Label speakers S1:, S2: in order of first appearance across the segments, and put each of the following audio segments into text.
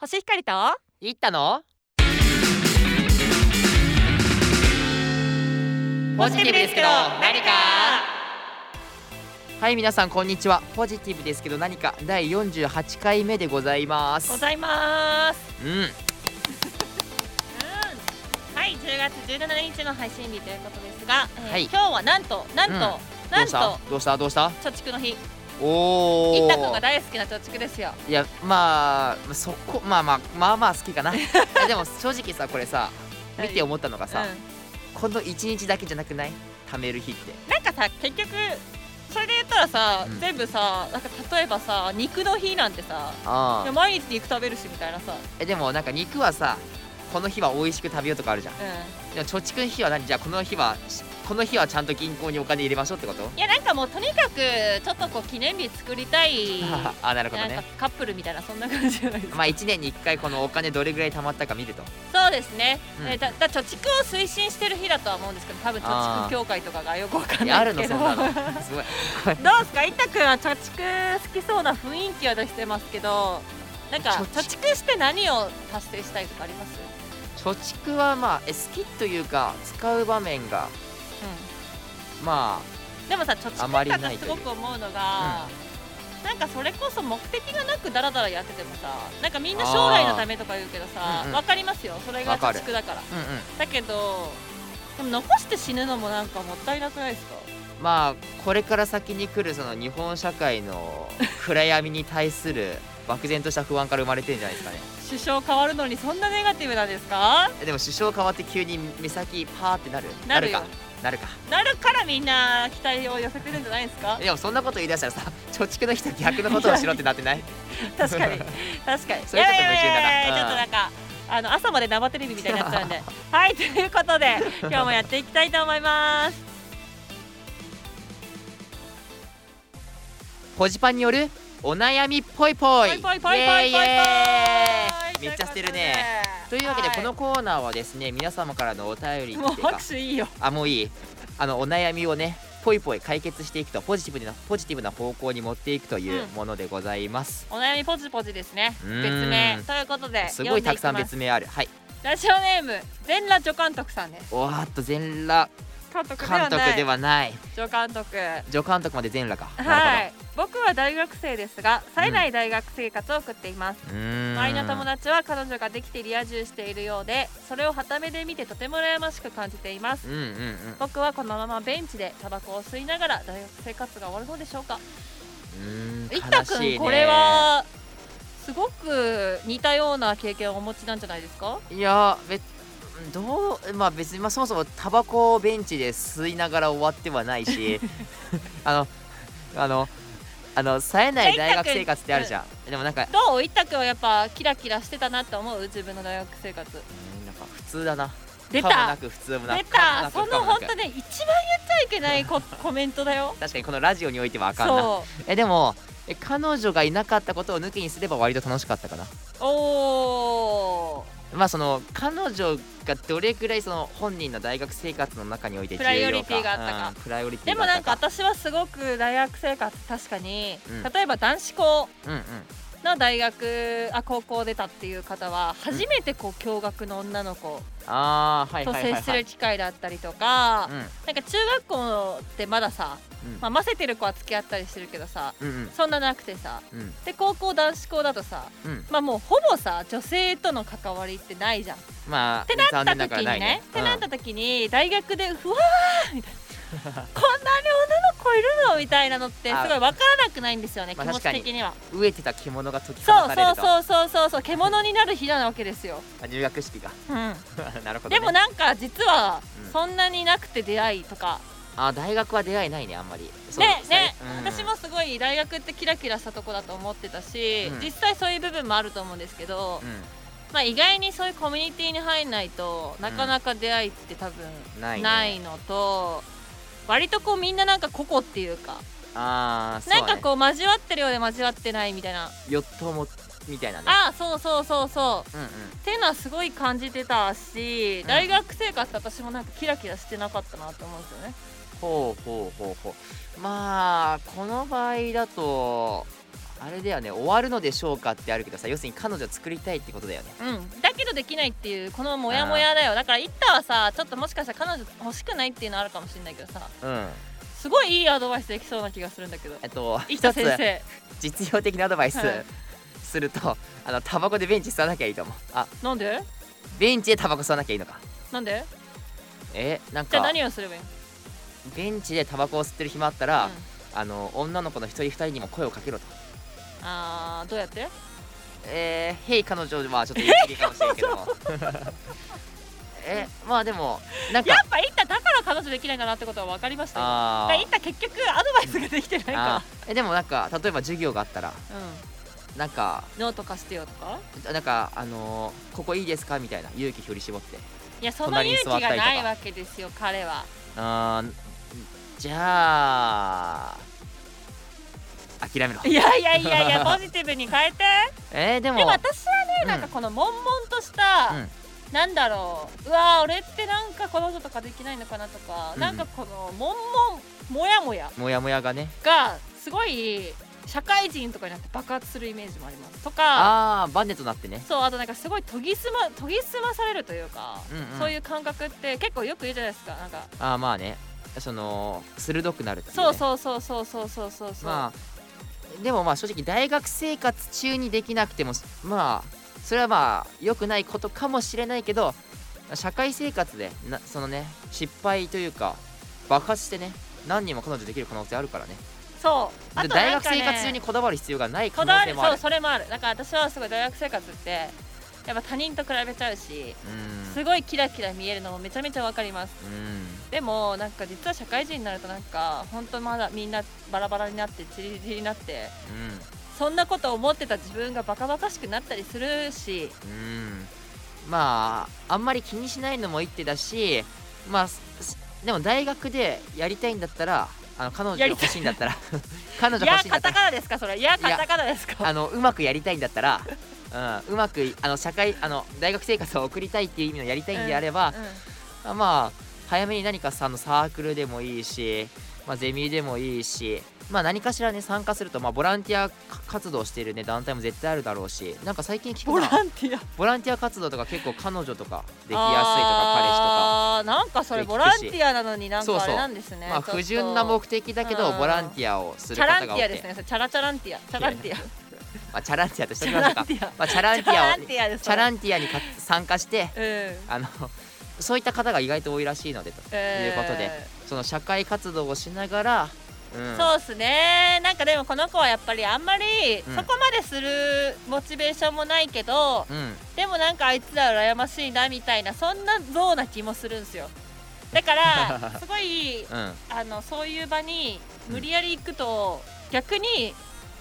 S1: 星光と
S2: 行ったのポジティブですけど何かはい皆さんこんにちはポジティブですけど何か第48回目でございます
S1: ございます
S2: うん
S1: うんはい10月17日の配信日ということですが、えー
S2: はい
S1: 今日はなんとなんと、
S2: うん
S1: な
S2: ど
S1: ん
S2: うし
S1: と
S2: たどうしたどうした
S1: 貯蓄の日
S2: お
S1: い
S2: お
S1: ったくんが大好きな貯蓄ですよ
S2: いやまあそこまあまあまあまあ好きかないやでも正直さこれさ見て思ったのがさ、
S1: う
S2: この1日だけじゃなくない貯める日って
S1: ん、なんかさ結局それで言ったらさ、
S2: うん
S1: 全部さなんか例えばさ肉の日なんてさ
S2: あ
S1: いや
S2: あ
S1: 毎日肉食べるしみたいなさ、
S2: えでもなんか肉はさこの日は美味しく食べようとかあるじゃん
S1: う
S2: でも貯蓄の日は何じゃあこの日はしこの日はちゃんと銀行にお金入れましょうってこと
S1: ん、いやなんかもうとにかくちょっとこう記念日作りたい
S2: あなるほど
S1: なんか
S2: ね
S1: カップルみたいなそんな感じじゃないですか、
S2: まあ1年に1回このお金どれぐらい貯まったか見ると
S1: そうですね、
S2: うん
S1: えーだだ貯蓄を推進してる日だとは思うんですけど多分貯
S2: あ
S1: 蓄
S2: ー
S1: 協会とかがよくわかん
S2: いやあ
S1: な
S2: る
S1: い
S2: の
S1: け
S2: そ
S1: ど
S2: んなの すごい
S1: どうですかいたくんは貯蓄好きそうな雰囲気は出してますけどなんか
S2: 貯
S1: 貯
S2: 蓄
S1: 蓄して何を達成したいとかあります、
S2: 貯蓄はまあえ好きというか使う場面がま
S1: でもさ貯
S2: あまり
S1: 蓄
S2: な
S1: 感
S2: い
S1: が
S2: と
S1: す
S2: いう
S1: ごく思うのがなんかそれこそ目的がなくダラダラやっててもさなんかみんな将来のためとか言うけど
S2: あー
S1: さ
S2: うんうん
S1: わかりますよそれが
S2: わかる
S1: 貯蓄だから
S2: あうんうん
S1: だけどでも残して死ぬのもなんかもったいなくないですか
S2: まあこれから先に来るその日本社会の暗闇に対する漠然とした不安から生まれてるんじゃないですかね
S1: 首相変わるのにそんなネガティブなんですか
S2: えでも首相変わって急に目先パーってなる
S1: なるよ
S2: かなるか
S1: なるからみんな期待を寄せてるんじゃないですか
S2: でもそんなこと言い出したらさ貯蓄の人は逆のことをしろってなってない
S1: 確 かに確かに
S2: それちょっと矛盾だな
S1: や
S2: い
S1: いやいやいやちょっとなんかあの朝まで生テレビみたいになっちゃうんで はいということ で今日もやっていきたいと思います
S2: ポジパンによるお悩みぽいぽい
S1: ぽいぽいぽいぽいぽいぽい
S2: イエーイ
S1: と
S2: イエーイ
S1: いうことで
S2: めっちゃしてるねというわけで
S1: はい
S2: このコーナーはですね皆様からのお便りっていう
S1: もう
S2: か
S1: 拍手いいよ
S2: あもういいあのお悩みをねぽいぽい解決していくとポジティブなポジティブな方向に持っていくという
S1: うん
S2: ものでございます、
S1: お悩みポジポジですね
S2: うーん
S1: 別名ということです
S2: ごいたくさん
S1: 読でき
S2: 別名あるはい
S1: ますラジオネーム全裸助監督さんです
S2: おわーっと全裸
S1: 監督では
S2: 監
S1: な
S2: 督
S1: い
S2: ではない
S1: 助監督
S2: 助監督まで全裸か
S1: は
S2: なる
S1: い、僕は大学生ですが冴えない大学生活を送っています、
S2: ほどうーん
S1: 周りの友達は彼女ができてリア充しているようでそれを傍目で見てとても羨ましく感じています
S2: うんうんうん
S1: 僕はこのままベンチでタバコを吸いながら大学生活が終わるのでしょうか
S2: うーん
S1: いったく
S2: 悲しいね
S1: んこれはすごく似たような経験をお持ちなんじゃないですか
S2: いや別どうまあ別に、まあ、そもそもタバコをベンチで吸いながら終わってはない しあのあのあの冴えない大学生活ってあるじゃん、でもなんか
S1: どういったくんはやっぱキラキラしてたなって思う自分の大学生活
S2: うんなんか普通だな
S1: 出
S2: 可も
S1: た
S2: なく普通もな
S1: 出
S2: く可も
S1: た
S2: なく
S1: その
S2: 不可もな
S1: 本
S2: く
S1: 当ね一番言っちゃいけないココメントだよ
S2: 確かにこのラジオにおいてはあかんな
S1: そう
S2: えでもえ彼女がいなかったことを抜きにすれば割と楽しかったかな
S1: お
S2: まあその彼女がどれくらいその本人の大学生活の中において重要か
S1: プライオリティがあったか
S2: うんプライオリ
S1: ー
S2: テ
S1: で
S2: ィ
S1: も
S2: があ
S1: な
S2: った
S1: んか私はすごく大学生活確かに、
S2: うん
S1: 例えば男子校
S2: うんうん
S1: の大学あ高校を出たっていう方は初めてこう驚愕の女の子
S2: ああはい
S1: と
S2: はいは
S1: 接
S2: いはい
S1: する機会だったりとか、
S2: うん
S1: なんか中学校ってまださ、
S2: うん
S1: まあ、混ぜてる子は付き合ったりしてるけどさ
S2: うんうん
S1: そんななくてさ
S2: うん
S1: で高校男子校だとさ
S2: うん
S1: まあもうほぼさ女性との関わりってないじゃん。っ
S2: まあ
S1: てな
S2: 残
S1: った
S2: 念なが
S1: 時
S2: ら
S1: にね
S2: ないね
S1: ってなった時に大学でふわー みたいなこんなに女の子いるのみたいなのってすごい分からなくないんですよね
S2: あ
S1: 気持ち的には。
S2: うん飢えてた着物が解き放
S1: そう
S2: たれ
S1: そ
S2: る
S1: う
S2: と
S1: そうそうそうそう獣になる日なわけですよ。
S2: あ入学式が
S1: うん
S2: なるほど
S1: で
S2: ね
S1: もなんか実は
S2: うん
S1: そんなになくて出会いとか、
S2: あ大学は出会いないねあんまりそう
S1: ね
S2: さ
S1: ね
S2: い、うん
S1: 私もすごい大学ってキラキラしたとこだと思ってたし、
S2: うん
S1: 実際そういう部分もあると思うんですけど、
S2: う
S1: まあ、意外にそういうコミュニティに入んないとなかなか出会いって多分
S2: んないね
S1: ないのと、割とこうみんななんか個々っていうか
S2: んああそう
S1: なん
S2: だ
S1: か
S2: ね
S1: こう交わってるようで交わってないみたいな、
S2: よっともみたいなね
S1: ああそうそうそうそう
S2: うんうん
S1: っていうのはすごい感じてたし、
S2: ん
S1: 大学生活私もなんかキラキラしてなかったなと思うんですよね。
S2: ほうほうほうほうまあこの場合だとあれだよね終わるのでしょうかってあるけどさ要するに彼女作りたいってことだよね
S1: うん、だけどできないっていうこのモヤモヤだよだからイッタはさちょっともしかしたら彼女欲しくないっていうのあるかもしれないけどさ
S2: うん
S1: すごいいいアドバイスできそうな気がするんだけど
S2: えっと
S1: イッタ
S2: 一
S1: 先
S2: つ
S1: 生
S2: 実用的なアドバイス
S1: はい
S2: するとあのタバコでベンチ吸わなきゃいいと思うあ
S1: なんで
S2: ベンチでタバコ吸わなきゃいいのか
S1: なんで
S2: えなん
S1: じゃあ
S2: か
S1: 何をすればいいの
S2: ベンチでタバコを吸ってる暇あったら、あの女の子の一人二人にも声をかけろと
S1: あーどうやって
S2: えー、へい彼女はちょっと言い過ぎかもしれんけども えまあでもな ん
S1: や
S2: か
S1: っぱイッタだから彼女できないかなってことは分かりましたよだ
S2: あ
S1: からイ
S2: ー
S1: ッタ結局アドバイスができてないか
S2: あーえでもなんか例えば授業があったら
S1: ら、
S2: なんか
S1: うん、ノート貸してよとか
S2: なんかあのーここいいですかみたいな勇気振り絞って
S1: いやその
S2: 隣に
S1: 勇気
S2: 座った
S1: が
S2: りとか
S1: ないわけですよ彼は
S2: あーじゃあ諦めろ
S1: いやいやいやいやポジティブに変 えて
S2: えー、でも
S1: でも私はね、
S2: うん
S1: なんかこの悶々とした、
S2: うん
S1: なんだろううわー俺ってなんか彼女とかできないのかなとか、
S2: うん
S1: なんかこの悶々もやもや
S2: もやもやがね
S1: がすごい社会人とかになって爆発するイメージもありますとか
S2: ああーバネとなってね
S1: そうあとなんかすごい研ぎ澄ま研ぎ澄まされるというか、
S2: うんうん
S1: そういう感覚って結構よく言うじゃないですかなんか
S2: ああまあねその鋭くなるっていね
S1: そうそうそうそうそうそうそうそう、
S2: まあでもまあ正直大学生活中にできなくてもまあそれはまあ良くないことかもしれないけど社会生活でなそのね失敗というか爆発してね何人も彼女できる可能性あるからね
S1: そうあ
S2: で
S1: と
S2: 大
S1: なん
S2: 学
S1: か、ね、
S2: 生活中にこだわる必要がない可
S1: こだわ
S2: 能
S1: る
S2: 性もあ
S1: そう
S2: る
S1: それもあるだから私はすごい大学生活ってやっぱ他人と比べちゃうし
S2: うん
S1: すごいキラキラ見えるのもめちゃめちゃわかります
S2: うん
S1: でもなんか実は社会人になるとなんか本当まだみんなバラバラになってチリチリになってそんなこと思ってた自分がバカバカしくなったりするし
S2: うんうんまああんまり気にしないのも一手だしまあすすでも大学でやりたいんだったらあの彼女が欲しいんだったら 彼
S1: い
S2: 女
S1: や
S2: 欲しいんだ
S1: カ
S2: ったら
S1: タカナですかそれいやカタカナですか
S2: あのうまくやりたいんだったら、うん、うまくあの社会あの大学生活を送りたいっていう意味のやりたいんであれば、まあ早めに何かさあのサークルでもいいし、まあ、ゼミでもいいし、まあ、何かしらね参加すると、まあ、ボランティアか活動してる、ね、団体も絶対あるだろうしなんか最近聞
S1: ボ
S2: くな
S1: ランティア
S2: ボランティア活動とか結構彼女とかできやすいとか
S1: あーなんかそれボランティアなのになんかあれなんですね
S2: 彼氏とか、ま
S1: ち
S2: あ、
S1: ょっと
S2: 不純な目的だけど
S1: うん
S2: ボランティアをす
S1: チャ
S2: る
S1: ランテ
S2: 方が多
S1: ィア
S2: く
S1: です
S2: て、
S1: ねそれチャラチャランティアチャランティア
S2: まあ、チャランティアとして
S1: チ
S2: おき
S1: ャラ
S2: ましょうか
S1: ンティア
S2: まあ、チャラン
S1: チ
S2: テ
S1: ャ
S2: ィア
S1: ラ
S2: を
S1: ンティアです
S2: チャランティアにか参加して
S1: うん
S2: あのそういった方が意外と多いらしいのでということで
S1: え
S2: その社会活動をしながら、うん
S1: ーそうっすねなんかでもこの子はやっぱりあんまり
S2: うん
S1: そこまでするモチベーションもないけど、
S2: うん
S1: でもなんかあいつら羨ましいなみたいなそんな像な気もするんですよだから すごい
S2: うん
S1: あのそういう場に無理やり行くと逆に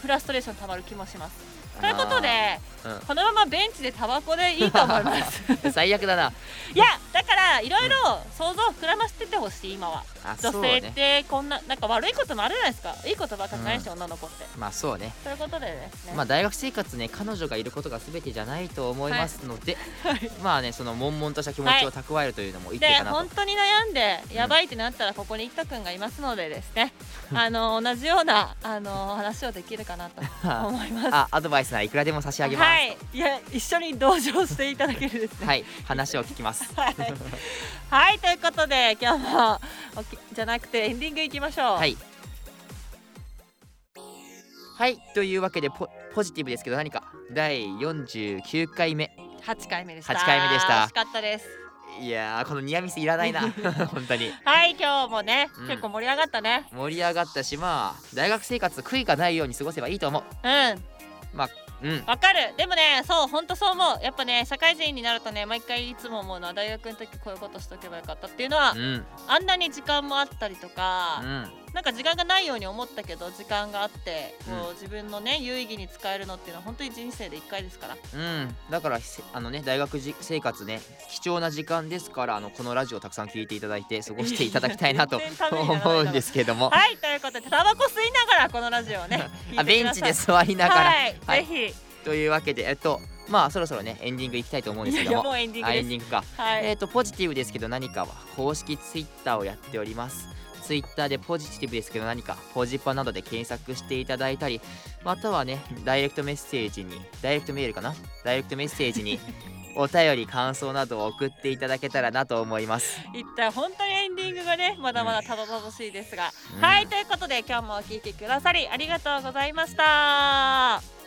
S1: フラストレーションたまる気もしますということで、
S2: あーうん
S1: このままベンチでタバコでいいと思います
S2: 最悪だない
S1: やだからいろいろ想像を膨らましててほしい今は
S2: あ
S1: 女
S2: そう
S1: 性っ
S2: ね
S1: てこんな、なんか悪いこともあるじゃないですかいいことばっかじゃないし、女の子って
S2: まあそうね
S1: ということでですね、
S2: まあ大学生活ね彼女がいることが全てじゃないと思いますので、まあねその悶々とした気持ちを蓄えるというのもいい
S1: で
S2: かなと、
S1: 本当に悩んでやばいってなったらここに一太くんがいますのでですね、あの同じようなあの話をできるかなと思います。
S2: あアドバイスならいくらでも差し上げます
S1: はい、いや一緒に同情していただけるですね。
S2: はい、話を聞きます
S1: はい、はい、ということで今日もおきじゃなくてエンディングいきましょう。
S2: はい。はい、というわけでポポジティブですけど何か第49回目
S1: 八回目でした。
S2: 八回目でした
S1: 惜しかったです。
S2: いやーこのニアミスいらないな本当に
S1: はい、今日もね、
S2: うん
S1: 結構盛り上がったね。
S2: 盛り上がったしまあ大学生活悔いがないように過ごせばいいと思
S1: うん、
S2: ううん
S1: わかるでもねそうほんとそう思うやっぱね社会人になるとね毎回いつも思うのは大学の時こういうことしとけばよかったっていうのは、
S2: うんうん
S1: あんなに時間もあったりとか、なんか時間がないように思ったけど時間があってこう、自分のね有意義に使えるのっていうのは本当に人生で1回ですから
S2: うんだからせあのね大学じ生活ね貴重な時間ですからあのこのラジオをたくさん聞いていただいて過ごしていただきたいなと
S1: 全然ためにならない
S2: 思うんですけども
S1: はいということでタバコ吸いながらこのラジオを ね
S2: あベンチで
S1: 聞いて
S2: 座り
S1: くだ
S2: な
S1: さ
S2: が
S1: い
S2: ら
S1: はい、
S2: はい
S1: ぜ
S2: というわけでえっとまあそろそろねエンディングいきたいと思うん
S1: ひ
S2: です
S1: い
S2: け
S1: や
S2: ども
S1: もうエンディン
S2: あ
S1: グで
S2: エン
S1: す
S2: ディングか、
S1: はい
S2: えっ、とポジティブですけど何かは公式ツイッターをやっておりますツイッターでポジティブですけど何かポジパなどで検索していただいたりまたはねダイレクトメッセージにダイレクトメールかなダイレクトメッセージにお便り感想などを送っていただけたらなと思います
S1: 一体本当にエンディングがねまだまだたどたどしいですが、
S2: うん
S1: はいということで今日もお聞きくださりありがとうございました